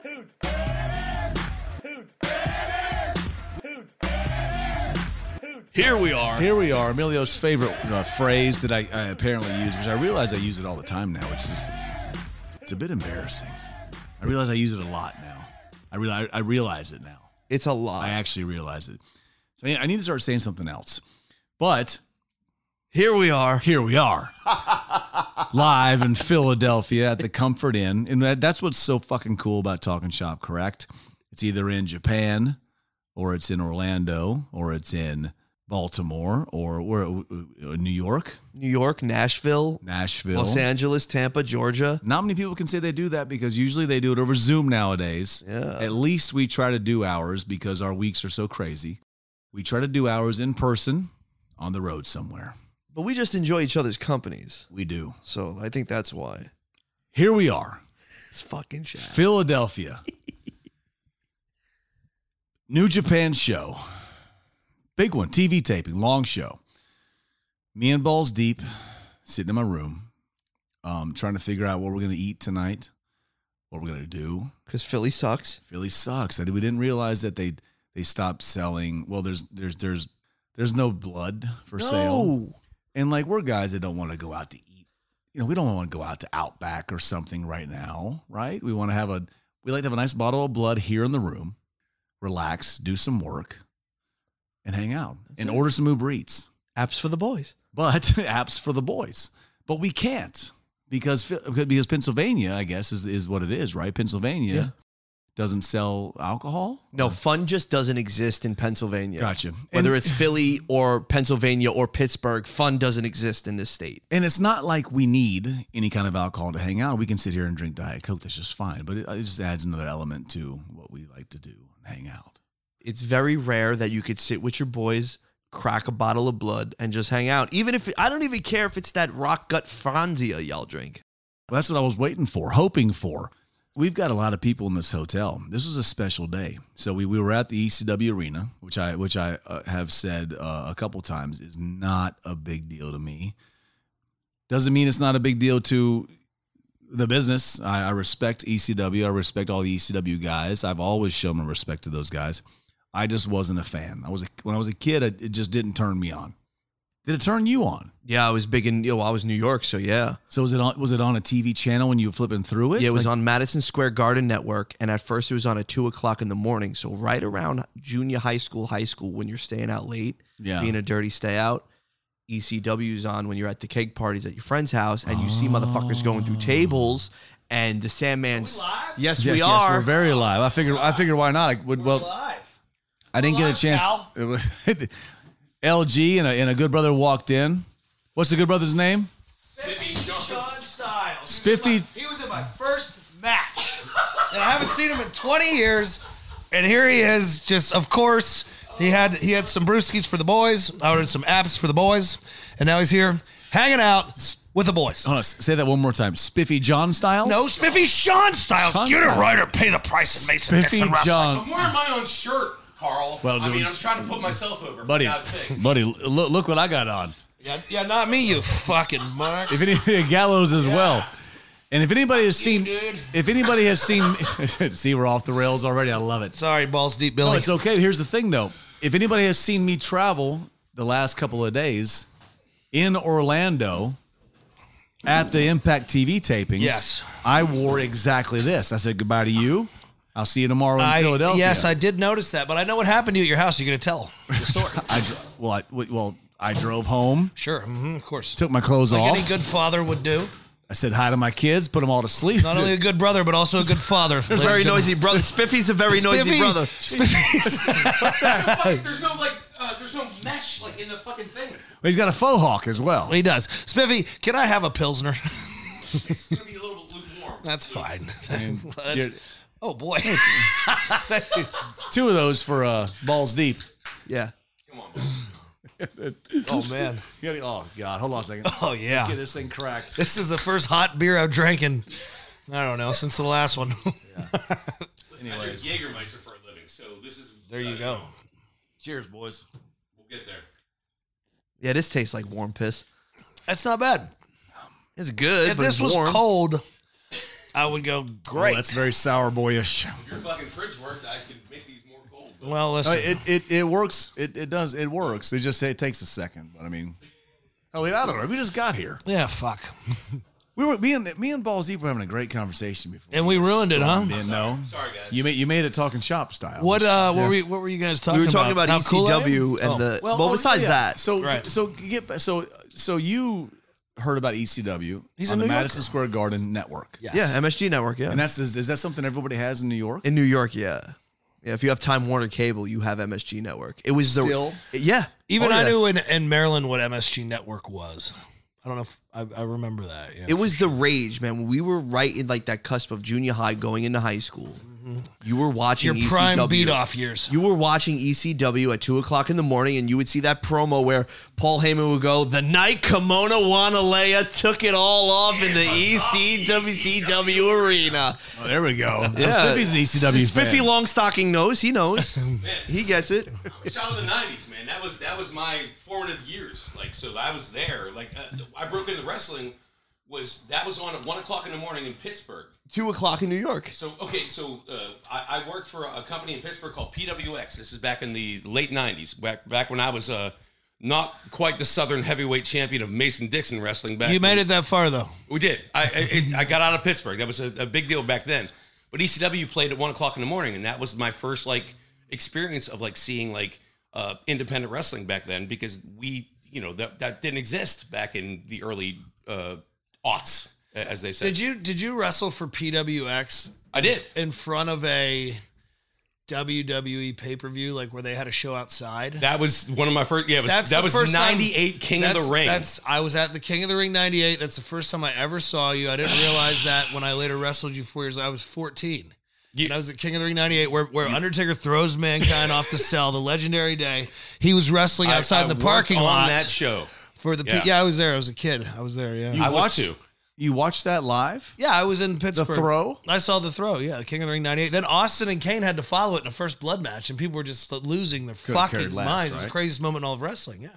Hoot. Hoot. Hoot. Hoot. Here we are. Here we are, Emilio's favorite uh, phrase that I, I apparently use, which I realize I use it all the time now, which is it's a bit embarrassing. I realize I use it a lot now. I realize I realize it now. It's a I lot. actually realize it. So I I need to start saying something else. But Here we are. here we are, live in Philadelphia at the Comfort Inn, and that, that's what's so fucking cool about Talking Shop. Correct? It's either in Japan, or it's in Orlando, or it's in Baltimore, or where, uh, New York, New York, Nashville, Nashville, Los Angeles, Tampa, Georgia. Not many people can say they do that because usually they do it over Zoom nowadays. Yeah. At least we try to do ours because our weeks are so crazy. We try to do ours in person on the road somewhere. But we just enjoy each other's companies. We do. So I think that's why. Here we are, It's fucking shit. Philadelphia. New Japan show. Big one, TV taping, long show. Me and Balls Deep sitting in my room, um, trying to figure out what we're going to eat tonight, what we're going to do. Because Philly sucks. Philly sucks. And we didn't realize that they they stopped selling. Well, there's there's there's there's no blood for sale. No. And like we're guys that don't want to go out to eat. You know, we don't want to go out to Outback or something right now, right? We want to have a we like to have a nice bottle of blood here in the room, relax, do some work, and hang out and it. order some Uber Eats Apps for the boys. but apps for the boys. But we can't because because Pennsylvania, I guess, is is what it is, right? Pennsylvania Yeah. doesn't sell alcohol. No, fun just doesn't exist in Pennsylvania. Gotcha. Whether And- it's Philly or Pennsylvania or Pittsburgh, fun doesn't exist in this state. And it's not like we need any kind of alcohol to hang out. We can sit here and drink Diet Coke. That's just fine. But it, it just adds another element to what we like to do and hang out. It's very rare that you could sit with your boys, crack a bottle of blood, and just hang out. Even if I don't even care if it's that rock gut Franzia y'all drink. Well, that's what I was waiting for, hoping for. We've got a lot of people in this hotel. This was a special day. So we, we were at the ECW arena, which I which I uh, have said uh, a couple times is not a big deal to me. Doesn't mean it's not a big deal to the business. I, I respect ECW. I respect all the ECW guys. I've always shown my respect to those guys. I just wasn't a fan. I was a, when I was a kid. It it just didn't turn me on. Did it turn you on? Yeah, I was big in, yo, I was New York, so yeah. So was it on, was it on a TV channel when you were flipping through it? yeah, it was Like- on Madison Square Garden Network, and at first it was on at two o'clock in the morning. So right around junior high school, high school, when you're staying out late, Yeah. being a dirty stay out. ECW's on when you're at the keg parties at your friend's house, and you see motherfuckers going through tables, and the Sandman's. Yes, Oh. Yes, we yes, are. we're very live. I figured. I figured why not? I would, well, Live. I didn't get a chance. LG and a, and a good brother walked in. What's the good brother's name? Sean Styles. Spiffy. He was in my first match. and I haven't seen him in 20 years. And here he is, just of course. He had he had some brewskis for the boys. I ordered some apps for the boys. And now he's here hanging out with the boys. Hold on, say that one more time. Spiffy John Styles. No, Spiffy Sean Styles. Sean Get it Styles. right or pay the price in Mason Spiffy Dixon Wrestling. John. I'm wearing my own shirt, Carl. Well, I mean, dude. I'm trying to put myself over. For Buddy, God's sake. buddy, look, look what I got on. Yeah, yeah, not me, you fucking mark. If any gallows as well. And if anybody has seen, dude. if anybody has seen, see, we're off the rails already. I love it. Sorry, balls deep, No, Billy. Oh, it's okay. Here's the thing, though. If anybody has seen me travel the last couple of days in Orlando at the Impact TV tapings, Yes. I wore exactly this. I said goodbye to you. I'll see you tomorrow in I, Philadelphia. yes, I did notice that, but I know what happened to you at your house. You're gonna tell the story. I dro- well, I well, I drove home, sure, hmm of course. took my clothes like off. any good father would do. I said hi to my kids, put them all to sleep. Not only a good brother, but also a good father. It's a very noisy brother. Spiffy's a very noisy Spiffy. brother. Fuck, there's no like, uh, there's no mesh like in the fucking thing. He's got a faux hawk as well. He does. Spiffy, can I have a pilsner? It's gonna be a little bit lukewarm. That's fine. That's- you're- oh boy. Two of those for uh, balls deep. Yeah. Come on. bro. oh man. Oh God, hold on a second. Oh yeah. Get this thing cracked. This is the first hot beer I've drank in I don't know since the last one. Listen, I drink Jägermeister for a living, so this is. there you uh, go. Cheers, boys. We'll get there. Yeah, this tastes like warm piss. That's not bad. It's good. If but this it's was warm. cold, I would go great. Oh, that's very sour boyish. If your fucking fridge worked, I could make these more gold. Oh, well, No, listen. Uh, it, it it works. It, it does. It works. It just it takes a second. But I mean, oh, I don't know. We just got here. yeah, fuck. We were me and me and Balls Deep were having a great conversation before. And we ruined it, huh? didn't know. Sorry, guys. You made you made it talking shop style. What uh, what Yeah. were you, what were you guys talking? We were talking about, about How cool I am? ECW and the. Well, oh, besides yeah. that, so Right. so get ba- so so you heard about ECW He's a on the New Madison Square Garden network. Yeah, yeah, MSG Network, yeah, and that's is, is that something everybody has in New York? in New York, yeah. Yeah, if you have Time Warner Cable, you have MSG Network. It was the Still? yeah. Even Oh, I yeah. knew in, in Maryland what MSG Network was. I don't know if I, I remember that. Yeah. It was the rage, man. When we were right in like that cusp of junior high going into high school, you were watching your prime ECW. beat off years. You were watching ECW at two o'clock in the morning, and you would see that promo where Paul Heyman would go, "The night Kimona Wanalea took it all off in the E ECW arena." Oh, there we go. Yeah. Spiffy's an E ECW Spiffy fan. long stocking knows. He knows. he gets it. Shout out the '90s, man. That was that was my formative years. Like, so I was there. Like, uh, I broke into wrestling. Was that was on at one o'clock in the morning in Pittsburgh? Two o'clock in New York. So okay, so uh, I, I worked for a company in Pittsburgh called PWX. This is back in the late '90s, back back when I was uh, not quite the Southern heavyweight champion of Mason Dixon wrestling. Back You then. made it that far though. We did. I I, it, I got out of Pittsburgh. That was a, a big deal back then. But ECW played at one o'clock in the morning, and that was my first like experience of like seeing like uh, independent wrestling back then because we you know that that didn't exist back in the early uh, aughts, a- as they say. Did you did you wrestle for PWX I did. in front of a WWE pay per view like where they had a show outside? That was one of my first. Yeah, it was, That's that the was first time- '98 King of That's- the Ring. That's I was at the King of the Ring '98. That's the first time I ever saw you. I didn't realize that when I later wrestled you four years. I was 14. You- and I was at King of the Ring '98, where, where Undertaker throws mankind off the cell, the legendary day. He was wrestling I- outside I the worked parking on lot that show. for the. P- yeah. yeah, I was there. I was a kid. I was there. Yeah, I watched- watched too. You watched that live? yeah, I was in Pittsburgh. throw? I saw the throw. Yeah, the King of the Ring '98. Then Austin and Kane had to follow it in a first blood match, and people were just losing their have fucking cared less, minds. It was the right? craziest moment in all of wrestling. Yeah,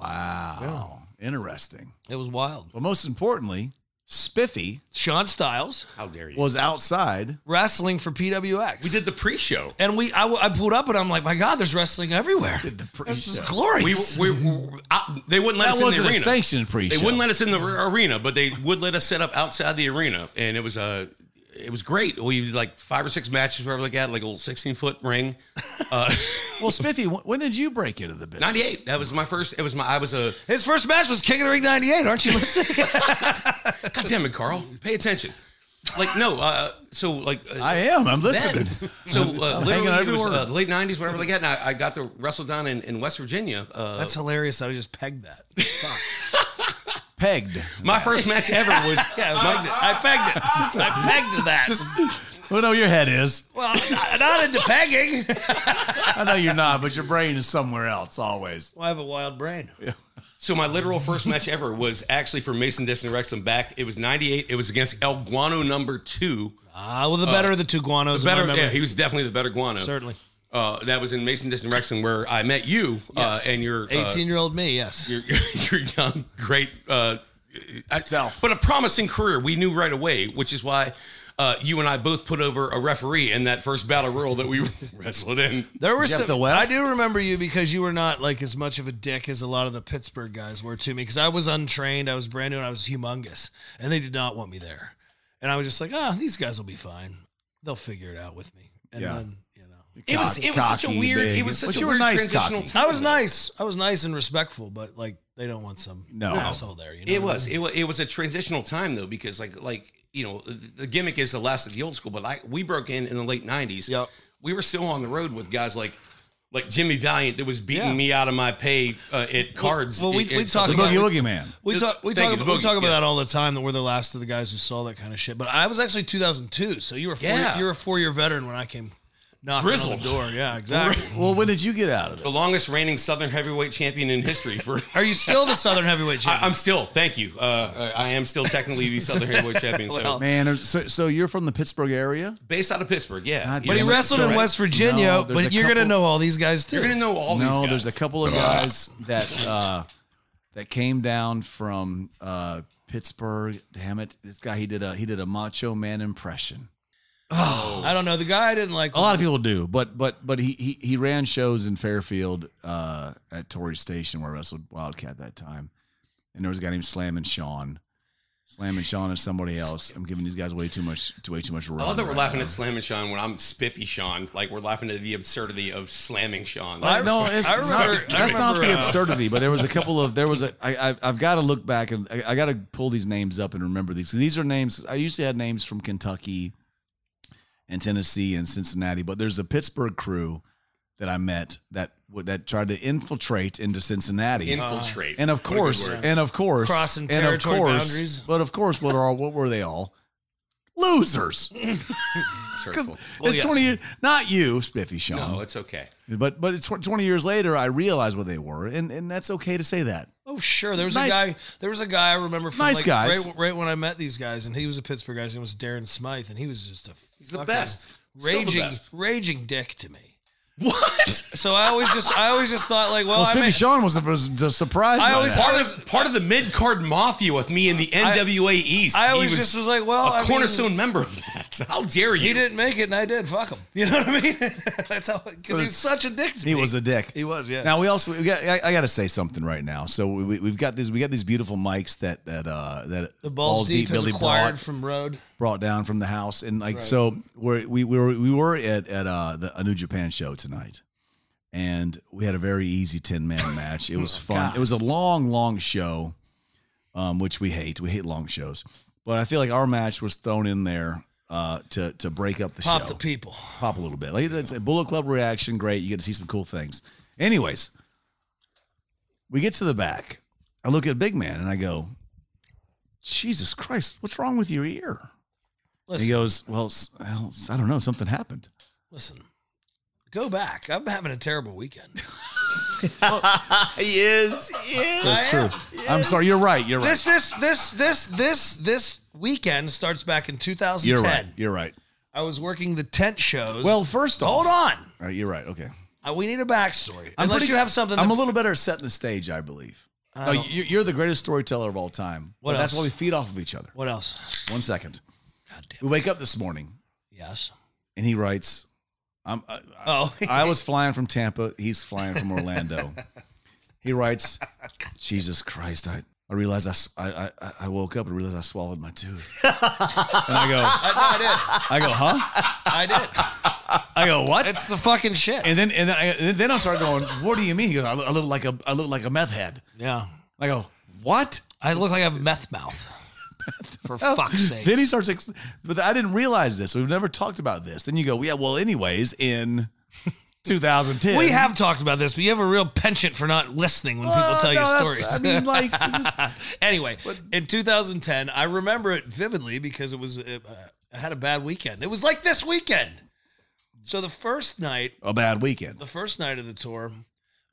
Wow, interesting. it was wild. But most importantly, Spiffy Sean Styles How dare you? was outside. wrestling for PWX. we did the pre-show. And we, I, w- I pulled up and I'm like, my God, there's wrestling everywhere. Did the pre- This is show. glorious. We, we, we I, they wouldn't let That us in the wasn't a arena. sanctioned pre-show. They wouldn't let us in the ar- arena, but they would let us set up outside the arena, and it was Uh, it was great. We did like five or six matches, wherever they got, like a little sixteen foot ring. well, Spiffy, when, when did you break into the business? Ninety eight. That was my first. It was my. I was a. His first match was King of the Ring 98. Aren't you listening? God damn it, Carl. Pay attention. Like no. Uh, so like uh, I am. I'm then. listening. So uh, hanging out literally, it was everywhere. uh, late '90s, whatever they got. And I, I got to wrestle down in, in West Virginia. Uh, That's hilarious. I just pegged that. Pegged. my first match ever was. Yeah, I pegged it. I pegged it. I pegged that. I know your head is. well, I'm not into pegging. I know you're not, but your brain is somewhere else always. Well, I have a wild brain. So my literal first match ever was actually for Mason Dixon Wrexham back. It was '98. It was against El Guano Number Two. Ah, well, the better of the two guanos. in my Better, memory. yeah, he was definitely the better Guano. Certainly. Uh, that was in Mason Dixon Wrexham where I met you uh, and your uh, 18 year old me, yes. your, your young, great uh, I- Self. but a promising career. We knew right away, which is why uh, you and I both put over a referee in that first battle royal that we wrestled in. There was Jeff some, the Wef? I do remember you because you were not like as much of a dick as a lot of the Pittsburgh guys were to me because I was untrained, I was brand new, and I was humongous, and they did not want me there. And I was just like, ah, these guys will be fine. They'll figure it out with me. And Yeah. then you know, It was it was such a Cocky, weird big. it was such But a you were weird nice, transitional cocky. time. I was nice. I was nice and respectful, but like they don't want some No. asshole there. You know It what I was mean? it was it was a transitional time though because like like you know the, the gimmick is the last of the old school, but like we broke in in the late nineties. Yep. we were still on the road with guys like like Jimmy Valiant that was beating Yeah. me out of my pay uh, at cards. well, we- in- we in talk The Southern about- Boogie California. Woogie Man. We talk we Thank talk, you, the we boogie, talk about yeah. that all the time that we're the last of the guys who saw that kind of shit. But I was actually 2002, so you were four, Yeah. you were a four year veteran when I came knocking on Grizzled. the door. Yeah, exactly. Well, when did you get out of it? the longest reigning Southern heavyweight champion in history for. Are you still the Southern Heavyweight I, Champion? I'm still, thank you. Uh, I I am still technically the Southern heavyweight champion. So Well, Man, there's- so, so you're from the Pittsburgh area? based out of Pittsburgh, yeah. God You but he know, wrestled so in West Virginia, No, there's but a you're going to couple- know all these guys too. You're gonna know all no, these guys. there's a couple of guys that uh, that came down from uh, Pittsburgh. Damn it, this guy he did a he did a Macho Man impression. I don't know. The guy I didn't like. A lot of people do, but but but he he, he ran shows in Fairfield uh, at Torrey Station where I wrestled Wildcat that time, and there was a guy named Slam and Sean. Slam and Sean is somebody else. I'm giving these guys way too much, way too much. I love that we're right laughing now. at Slam and Sean when I'm spiffy Sean. Like we're laughing at the absurdity of slamming Sean. I, no, it's, I it's remember- not, I that's not remember, the uh, absurdity, but there was a couple of there was a I, I I've got to look back and I, I got to pull these names up and remember these. These are names I usually had names from Kentucky and Tennessee and Cincinnati, but there's a Pittsburgh crew that I met that would that tried to infiltrate into Cincinnati. infiltrate. and of What a good course, word. and of course, Crossing and of territory course, boundaries. But of course, what are what were they all? Losers. It's hurtful. Well, it's yes. twenty years. Not you, Spiffy Sean. No, it's okay. But but it's tw- 20 years later, I realized what they were, and, and that's okay to say that. Oh sure, there was Nice. a guy. There was a guy I remember from Nice like guys. Right, right when I met these guys, and he was a Pittsburgh guy. His name was Darren Smythe, and he was just a He's the fucking best. Still the raging best. raging dick to me. What? So I always just I always just thought like, well, Well, I Spiffy may- Sean was, was just surprised. I by always- that. part of part of the mid card mafia with me in the NWA East. I He always just was like, well, a I mean, cornerstone member of that. How dare you? He didn't make it, and I did. Fuck him. You know what I mean? That's how because he was such a dick to he me. was a dick. He was, yeah. Now we also we got, I, I got to say something right now. So we, we, we've got these we got these beautiful mics that that uh that the balls, deep, has acquired brought, from Road. brought down from the house, and like so we're, we we were we were at at uh the a New Japan show tonight, and we had a very easy ten man match. It was Oh, fun. It was a long long show. um, which we hate. We hate long shows, but I feel like our match was thrown in there uh, to to break up the Pop show, the people. pop a little bit. Like it's a Bullet Club reaction, great. You get to see some cool things. Anyways, we get to the back. I look at Big Man and I go, "Jesus Christ, what's wrong with your ear?" And he Listen, goes, "Well, s- well, s- I don't know. Something happened." listen. Go back. I'm having a terrible weekend. He is. He is. That's true. I'm sorry. You're right. You're right. This this this this this this weekend starts back in 2010. you're right. You're right. I was working the tent shows. Well, first off, hold on. All right, you're right. Okay. Uh, We need a backstory. Unless you have something. I'm that- a little better at setting the stage, I believe. No, you, you're the greatest storyteller of all time. What But That's else? why we feed off of each other. what else? One second. God damn. We wake up this morning Yes. and he writes, I'm, I, I- Oh, I was flying from Tampa. He's flying from Orlando. he writes, Jesus Christ, I, I realized I s- I, I, I woke up and realized I swallowed my tooth. and I go, I, I go, huh? I did. I did. I go, what? It's the fucking shit. and then and then I, and then I start going, what do you mean? He goes, I look, I look like a I look like a meth head. yeah. I go, what? I look like I have meth mouth. For fuck's sake. Then he starts, ex- but I didn't realize this. We've never talked about this. Then you go, yeah, well, anyways, in 2010. we have talked about this, but you have a real penchant for not listening when Well, people tell Uh, no, you that's- stories. I mean, like, it's just- anyway, in 2010, I remember it vividly because it was uh, I had a bad weekend. It was like this weekend. So the first night, a bad weekend. the first night of the tour,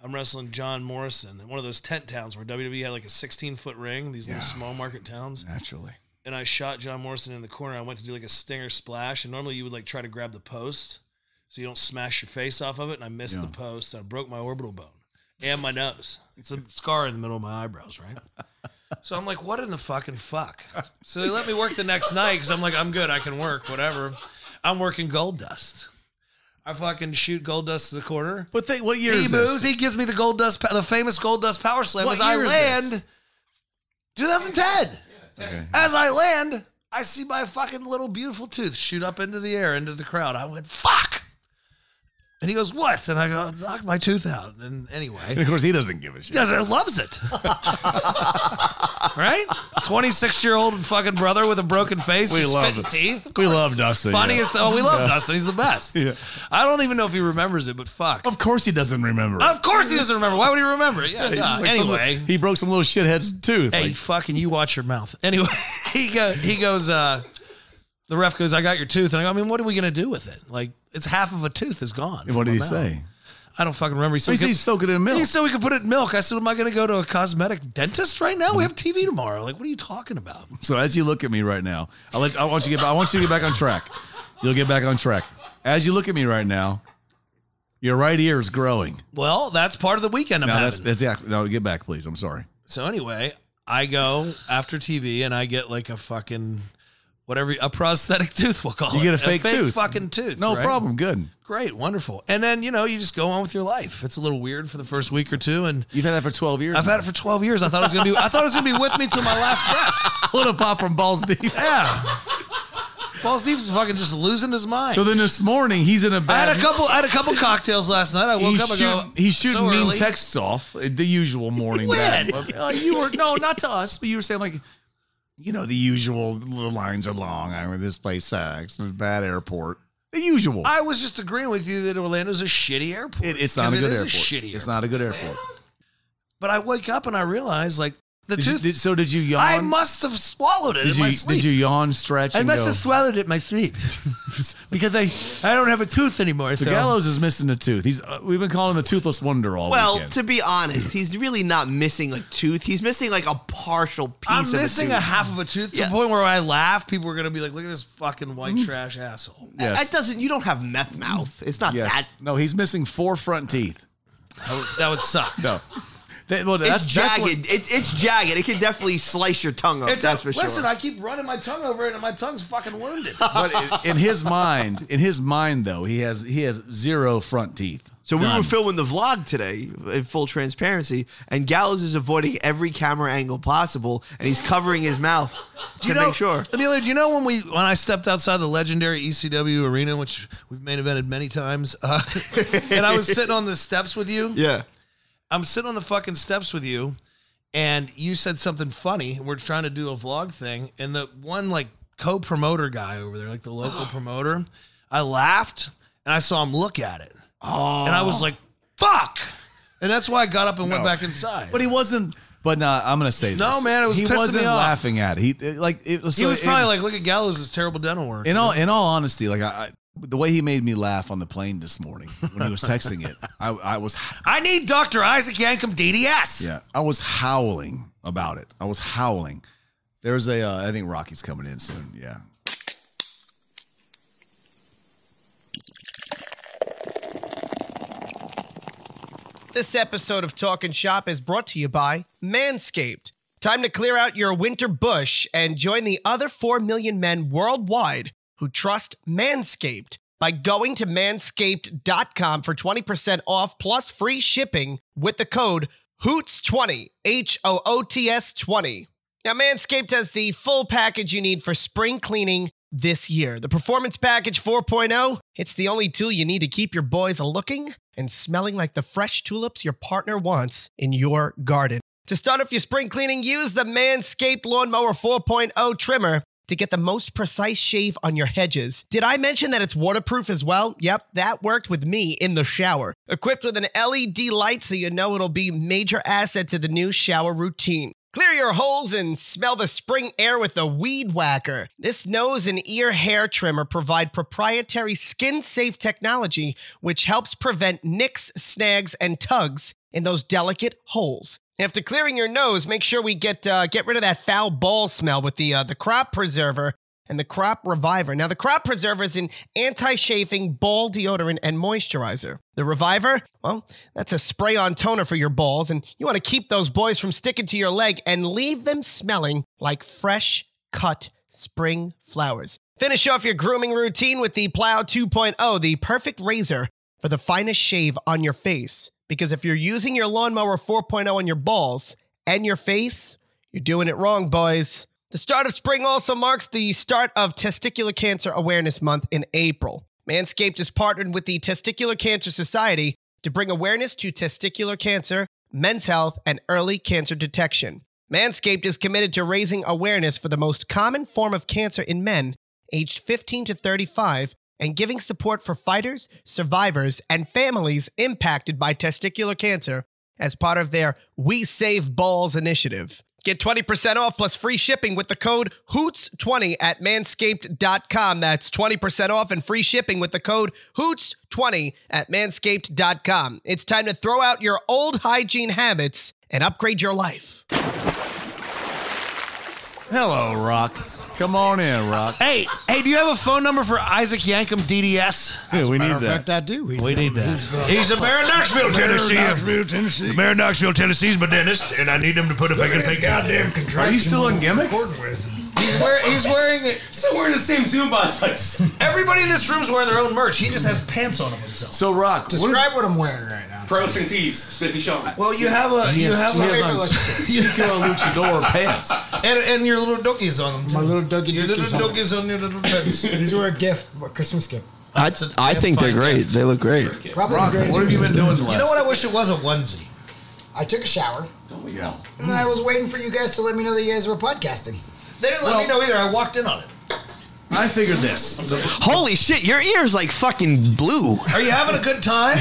I'm wrestling John Morrison in one of those tent towns where WWE had like a 16 foot ring, these little small market towns. Naturally. And I shot John Morrison in the corner. I went to do like a stinger splash, and normally you would like try to grab the post so you don't smash your face off of it. And I missed the post. I broke my orbital bone and my nose. It's a scar in the middle of my eyebrows, right? So I'm like, what in the fucking fuck? So they let me work the next night because I'm like, I'm good, I can work, whatever. I'm working gold dust. I fucking shoot gold dust to the corner. But think, what year He is moves. this? He gives me the gold dust, the famous gold dust power slam. What as I year is land, this? 2010. As I land, I see my fucking little beautiful tooth shoot up into the air, into the crowd. I went fuck, and he goes what? And I go knock my tooth out. And And anyway, of course, he doesn't give a shit. he goes, "I loves it, right? 26 year old fucking brother with a broken face, We just love spitting it. teeth. We love Dustin. yeah. Funniest. Oh, we love Dustin. He's the best. Yeah. I don't even know if he remembers it, but fuck. Of course, he doesn't remember. it. Of course he doesn't remember. Why would he remember it? Yeah. He's yeah. just like some anyway, little- he broke some little shithead's tooth. hey, Like, fucking, you watch your mouth. Anyway, he go, he goes. uh The ref goes, "I got your tooth," and I go, "I mean, what are we gonna do with it? Like, it's half of a tooth is gone." what from did he my mouth. say? I don't fucking remember. He said, He we said could- he's soaking in milk. he said we could put it in milk. I said, "Am I gonna go to a cosmetic dentist right now? We have TV tomorrow. Like, what are you talking about?" So as you look at me right now, I let I want you to get I want you to get back on track. You'll get back on track. As you look at me right now, your right ear is growing. Well, that's part of the weekend. I'm Now having. that's that's the act- no get back, please. I'm sorry. So anyway, I go after TV and I get like a fucking whatever a prosthetic tooth. We'll call You it get a fake tooth. fucking tooth. No right? problem. Good. Great, wonderful. And then you know you just go on with your life. It's a little weird for the first week or two, and You've had that for 12 years. I've had it for twelve years. I thought it was gonna be. I thought it was gonna be with me till my last breath. what a pop from balls deep. Yeah. Paul Steve's fucking just losing his mind. So then this morning he's in a I bad. had a couple. I had a couple cocktails last night. I woke He's up. shooting, and go, he's shooting so mean early. texts off uh, the usual morning. When? bad. Uh, you were no, not to us, but you were saying like, you know, the usual the lines are long. I mean, this place sucks. It's a bad airport. The usual. I was just agreeing with you that Orlando's a shitty airport. It- it's not a 'Cause good it is airport. shitty It's not a good airport. But I wake up and I realize like the Did you, tooth. did, so did you yawn? I must have swallowed it did in you my sleep. did you yawn stretch? I and must go, have swallowed it in my sleep because I, I don't have a tooth anymore. So The gallows is missing a tooth. He's uh, we've been calling him the toothless wonder all Well, weekend. to be honest, he's really not missing a tooth. He's missing like a partial piece I'm of a missing a tooth. half of a tooth to E Yeah. Mm. the point where I laugh. People are gonna be like, "Look at this fucking white trash asshole." yes. That doesn't. You don't have meth mouth. It's not yes. that. No, he's missing four front teeth. That would, that would suck. No. That- well, that's, it's that's jagged. what- it's, it's jagged. It can definitely slice your tongue up. It's- that's for sure. Listen, I keep running my tongue over it, and my tongue's fucking wounded. but in, in his mind, in his mind though, he has he has zero front teeth. So we None. were filming the vlog today in full transparency, and Gallows is avoiding every camera angle possible, and he's covering his mouth to you know, make sure. Amelia, do you know when we when I stepped outside the legendary ECW arena, which we've main evented many times, uh, and I was sitting on the steps with you? Yeah. I'm sitting on the fucking steps with you, and you said something funny. and We're trying to do a vlog thing, and the one like co-promoter guy over there, like the local promoter, I laughed and I saw him look at it, oh. and I was like, "Fuck!" And that's why I got up and went back inside. But he wasn't but no, I'm gonna say No, this. man, it was he pissing me wasn't off. laughing at it. He it- like it was he so was it- probably like, "Look at Gallows' terrible dental work." in all in all honesty, like I, I the way he made me laugh on the plane this morning when he was texting it, I, I was I need Doctor Isaac Yankum DDS. Yeah, I was howling about it. I was howling. There's a, uh, I think Rocky's coming in soon. Yeah. This episode of Talkin' Shop is brought to you by Manscaped. Time to clear out your winter bush and join the other 4 million men worldwide who trust Manscaped by going to manscaped.com for 20% off plus free shipping with the code HOOTS20, H O O T S 20. Now, Manscaped has the full package you need for spring cleaning this year. The Performance Package 4.0, it's the only tool you need to keep your boys looking and smelling like the fresh tulips your partner wants in your garden. To start off your spring cleaning, use the Manscaped Lawnmower 4.0 trimmer to get the most precise shave on your hedges. Did I mention that it's waterproof as well? Yep, that worked with me in the shower. Equipped with an LED light so you know it'll be major asset to the new shower routine. Clear your holes and smell the spring air with the Weed Whacker. This nose and ear hair trimmer provide proprietary skin-safe technology which helps prevent nicks, snags, and tugs in those delicate holes. After clearing your nose, make sure we get uh, get rid of that foul ball smell with the uh, the crop preserver and the crop reviver. Now, the crop preserver is an anti-chafing ball deodorant and moisturizer. The reviver, well, that's a spray-on toner for your balls, and you want to keep those boys from sticking to your leg and leave them smelling like fresh cut spring flowers. Finish off your grooming routine with the Plow 2.0, the perfect razor for the finest shave on your face. Because if you're using your lawnmower 4.0 on your balls and your face, you're doing it wrong, boys. The start of spring also marks the start of Testicular Cancer Awareness Month in April. Manscaped is partnered with the Testicular Cancer Society to bring awareness to testicular cancer, men's health, and early cancer detection. Manscaped is committed to raising awareness for the most common form of cancer in men aged 15 to 35 and giving support for fighters, survivors, and families impacted by testicular cancer as part of their We Save Balls initiative. Get 20% off plus free shipping with the code HOOTS20 at manscaped.com. That's 20% off and free shipping with the code HOOTS20 at manscaped.com. It's time to throw out your old hygiene habits and upgrade your life. Hello, Rock. Come on in, Rock. Hey, hey, do you have a phone number for Isaac Yankum DDS? Yeah, we Matter need of that. fact, I do. He's We the- need that. he's the- He's a mayor of Knoxville, Tennessee. Knoxville, Tennessee. The mayor of Knoxville, Tennessee is my dentist, and I need him to put a Look fucking at this thing down. goddamn contraption. Are you still in we're gimmick? recording with. He's, wear, he's wearing it. So we're in the same Zoom box. Like, Everybody in this room's wearing their own merch. He just has pants on of himself. So, Rock, what Describe what I'm wearing right now. Pros and tees, Spiffy Sean. Well, you have a He you has- have he a has favorite on look. Chico Luchador pants? and and your little dookies on them. Too. My little dookie Your dookies little on. dookies on your little dookies. These were a gift, a Christmas gift. I, It's a I damn think they're fine great. gift. They look great. Probably the greatest What have you Christmas been doing the gift. last? you know what? I wish it was a onesie. I took a shower, Yeah. and then I was waiting for you guys to let me know that you guys were podcasting. They didn't let me know either. I walked in on it. I figured this. Holy shit, your ears like fucking blue. Are you having a good time?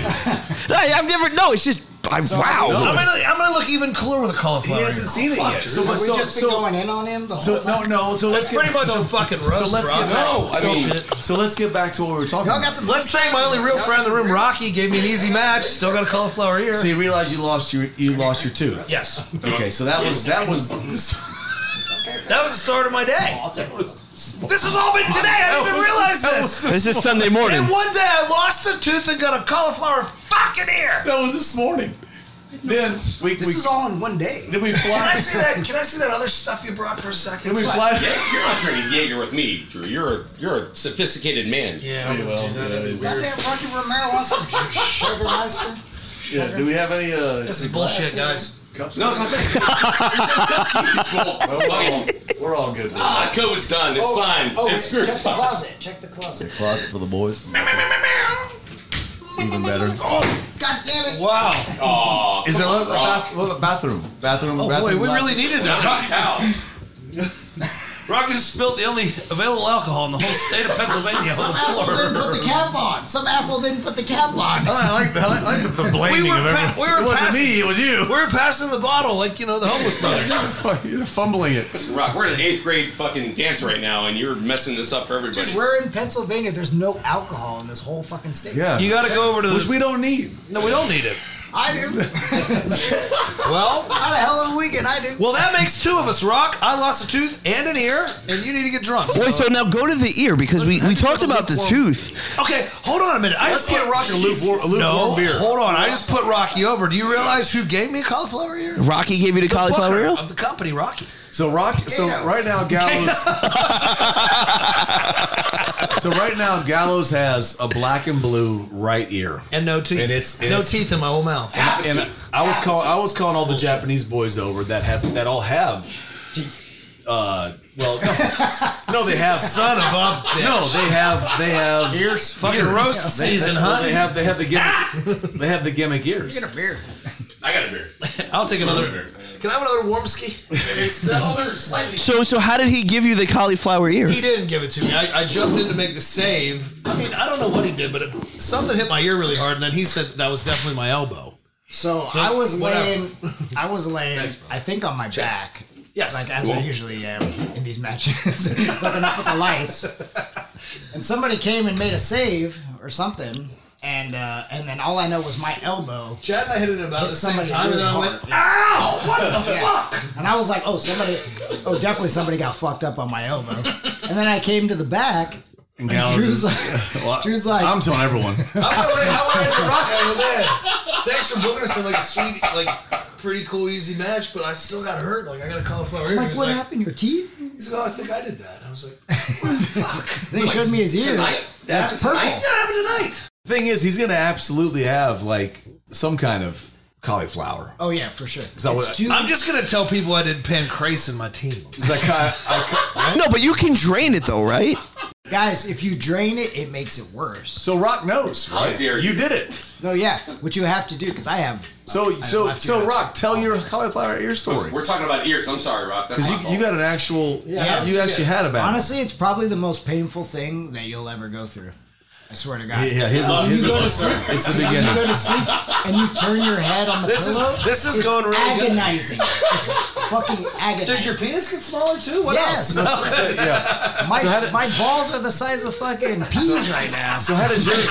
I, I've never. No, it's just. I, I'm wow. gonna I'm gonna look even cooler with a cauliflower. He hasn't seen it yet. So, Have we so, just been so, going in on him the whole so, time? no, no. So let's That's get, pretty much so, a fucking roast. so let's Rob. get back. No, I so, mean- so let's get back to what we were talking. Y'all about. got some. Let's thank my only real Y'all friend in the got room, some real- Rocky. Gave me an easy match. Still got a cauliflower ear. So you realize you lost your you lost your tooth. Yes, Okay, so that was that was that was the start of my day. This has all been today. I didn't even realize this. This is Sunday morning. And one day I lost a tooth and got a cauliflower fucking ear. that was this morning. Then we, This is all in one day. then we Can fly I see that? Can I see that other stuff you brought for a second? then we fly Yeah, you're not drinking Jaeger with me, Drew. You're a, you're a sophisticated man. Yeah, I'm gonna do that. Goddamn Rocky Romero wants some sugar meister. Yeah, do we have any uh This is bullshit, guys. No, that's what I'm saying. It's full. Fucking- We're all good. My code ah, is done. It's fine. Oh, it's screwed. check the closet. Check the closet. Closet for the boys. Even better. Oh, god damn it! Wow. Is there a bath, what about bathroom? Bathroom. Oh boy, bathroom we glasses? really needed that. Rock's house. Rock just spilled the only available alcohol in the whole Oh, state of Pennsylvania on Some asshole didn't put the the floor. cap on. Some asshole didn't put the cap on. I like the, I like- I like the, the blaming We were, of pa- everyone. it we were wasn't passing, me. It was you. we were passing the bottle like you know the homeless brothers. Just fucking fumbling it. Listen, Rock, we're in an eighth grade fucking dance right now, and you're messing this up for everybody. Dude, we're in Pennsylvania. There's no alcohol in this whole fucking state. Yeah. You got to go over to Which the. we don't need. No, we don't need it. I do. Well, Not a hell of a weekend. I do. well, that makes two of us. Rock, I lost a tooth and an ear, and you need to get drunk. Wait, so now go to the ear because we, we talked about the tooth. Okay, hold on a minute. I Let's just get Rocky a lukewarm- a lukewarm no, beer. Hold on, I just put Rocky over. Do you realize who gave me a cauliflower ear? Rocky gave you the cauliflower Booker ear? of the company, Rocky. So rock. So Gato. right now, Gallows. so right now, Gallows has a black and blue right ear. And no teeth. And it's- and no it's- teeth in my whole mouth. and I was calling I was calling all the Japanese boys over that have that all have uh well no, no they have Son of a bitch. no they have they have Ears. Fucking roast Yeah. they, season, they, huh? they have they have the gimmick they have the gimmick ears Get a beer. I got a beer. I'll take another. Can I have another warm ski? It's the other slightly. So so how did he give you the cauliflower ear? He didn't give it to me. I, I jumped in to make the save. I mean, I don't know what he did, but it, something hit my ear really hard, and then he said that, that was definitely my elbow. So, I was whatever. laying. I was laying. I think on my back. Yes. Like as I Cool. usually am in these matches, looking up at the lights. And somebody came and made a save or something, and uh, and then all I know was my elbow. Chad and I hit it about Hit the same somebody time, really and then I hard. went, "Ow! What the fuck?" And I was like, oh, somebody, oh, definitely somebody got fucked up on my elbow. And then I came to the back. and Gallows is- Drew's like, well, Drew's like- I'm telling everyone I went, I went to rock. I go, man, thanks for booking us in like a sweet, like pretty cool, easy match, but I still got hurt. Like I got a cauliflower ear. He like, was what like, happened? Your teeth? he's like, oh, I think I did that. I was like, what the fuck? Then he showed me his ear. That's That's purple. That happened tonight. thing is he's gonna absolutely have like some kind of cauliflower Oh yeah, for sure. that what- It's too, I'm just gonna tell people I did pancreas in my team. It's like, I- I- No, but you can drain it though, right? guys, if you drain it, it makes it worse. so Rock knows right dear. you did it So yeah, what you have to do because I have. so so left you so guys. Rock tell your cauliflower ear story We're talking about ears. I'm sorry, Rock. That's my because you, fault. you got an actual Yeah. you actually had a back Honestly, it's probably the most painful thing that you'll ever go through. I swear to God. Yeah, his, Um, Love his, you, his- sir. it's the You beginning. go to sleep and you turn your head on the This is- pillow. this is it's going really good. agonizing. It's fucking agonizing. Does your penis get smaller too? What Yes. else? yeah. My, So how did- my balls are the size of fucking peas right now. So how did yours?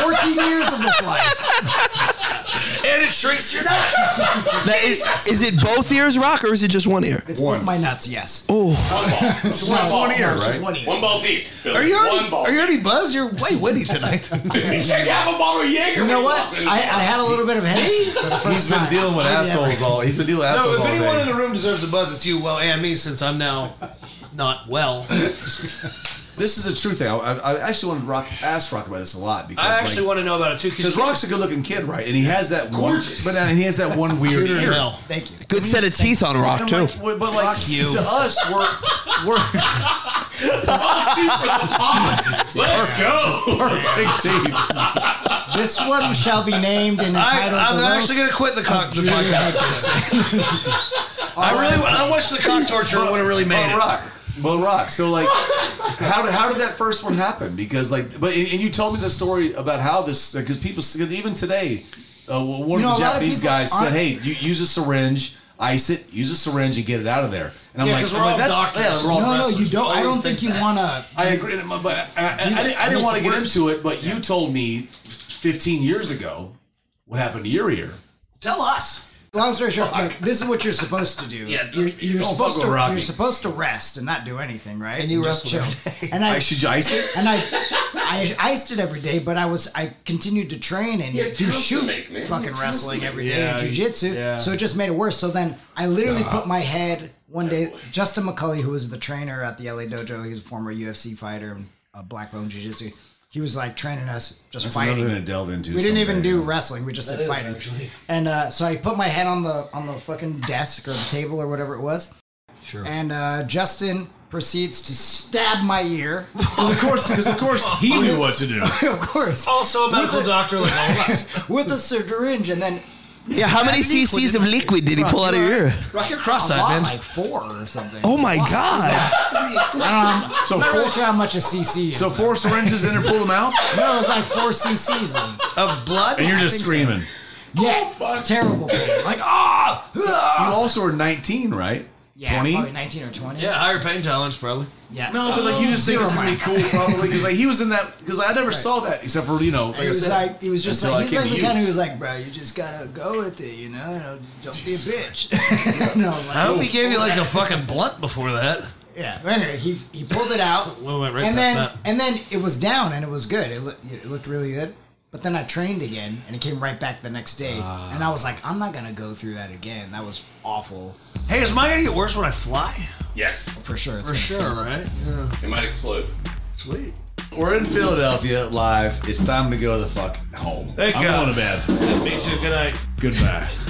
14 years of this life. and it shrinks your nuts. That is, is it both ears rock or is it just one ear? It's with my nuts, yes. One ball. Just one, ball. Just one ear. One ball deep. Billy. Are you one already, ball. are you already buzzed? You're way witty tonight. you should have a bottle of Jaeger. You know what? I, I had a little bit of Hennessy for the first He's been time. dealing with I've never- assholes all. He's been dealing with No, assholes if all anyone in day. the room deserves a buzz, it's you, well, and me, since I'm now not well. This is a true thing. I, I, I actually wanted to rock ask Rock about this a lot because I actually like, want to know about it too, because because Rock's a good-looking kid, right? And he has that Gorgeous. One, but and he has that one weird ear. Thank you. Good set of teeth on rock And too. I'm like, "Well, but like you. to us, we're we're Let's go. perfect team. This one shall be named and entitled I, the I'm actually going Roast to quit the cock the Drew podcast. Hudson. I really, I watched the cock torture when it really made But it. rock. But rock. So like, how did how did that first one happen? Because like, but and, and you told me the story about how this because people cause even today, uh, one You know, of the a lot of Japanese people guys said, aren't- "Hey, you use a syringe, ice it, use a syringe, and get it out of there." And I'm Yeah, like, 'cause I'm we're like, all that's, doctors. Yeah, we're all No, no, wrestlers. you don't. I Always don't think think you want to. I agree, but I, I, I, didn't- I didn't Makes want to it get worse. into it. But you told me 15 years ago what happened to your ear. Tell us. Long story short, look, this is what you're supposed to do. Yeah, you're, you're don't fuck supposed with to Rocky. you're supposed to rest and not do anything, right? And you just rest chill. And I, I should you ice it. and I, I iced it every day, but I was I continued to train and do tell us to shoot make, man. fucking Tell us to wrestling make. every day and jujitsu. So it just made it worse. So then I literally put my head one day. Justin McCulley, who was the trainer at the LA dojo, he was a former UFC fighter and a black belt in jujitsu. He was like training us just That's fighting. another thing to delve into. We didn't even someday. do wrestling. We just did fighting. And uh, so I put my head on the on the fucking desk or the table or whatever it was. Sure. And uh, Justin proceeds to stab my ear. Well, of course, because of course he knew what to do. of course. Also a medical doctor like all of us. With a syringe and then Yeah, how many cc's of liquid did he pull out of your ear? Rock your a cross-eyed, lot, man. like four or something. Oh my god! I So don't know. I'm not really four- sure how much a CC is. So four syringes in and pull them out, no, it was like four CCs. And, Of blood? and you're just screaming. yeah, Oh, terrible pain. Like, ah! You also are 19, right? Yeah, 20? probably 19 or 20. Yeah, higher pain tolerance, probably. Yeah. No, but like you just think Zero it's gonna be mind. cool, probably. Because like he was in that. Because I never saw that except for you know. Like He I was said, like, he was just Until I like, he's came like to the you. kind who was like, bro, you just gotta go with it, you know? You know, don't be a bitch. and I was I like, hope he gave you like a fucking blunt before that. yeah. But anyway, he he pulled it out, We went right and then past and then it was down, and it was good. It, loo- it looked really good. But then I trained again, and it came right back the next day, and I was like, I'm not gonna go through that again. That was awful Hey, is mine gonna get worse when I fly? Yes, for sure. It's For gonna sure, right? it might explode. Sweet. We're in Philadelphia live. It's time to go the fuck home. Thank I'm God. going to bed. Me too. Good night. Goodbye.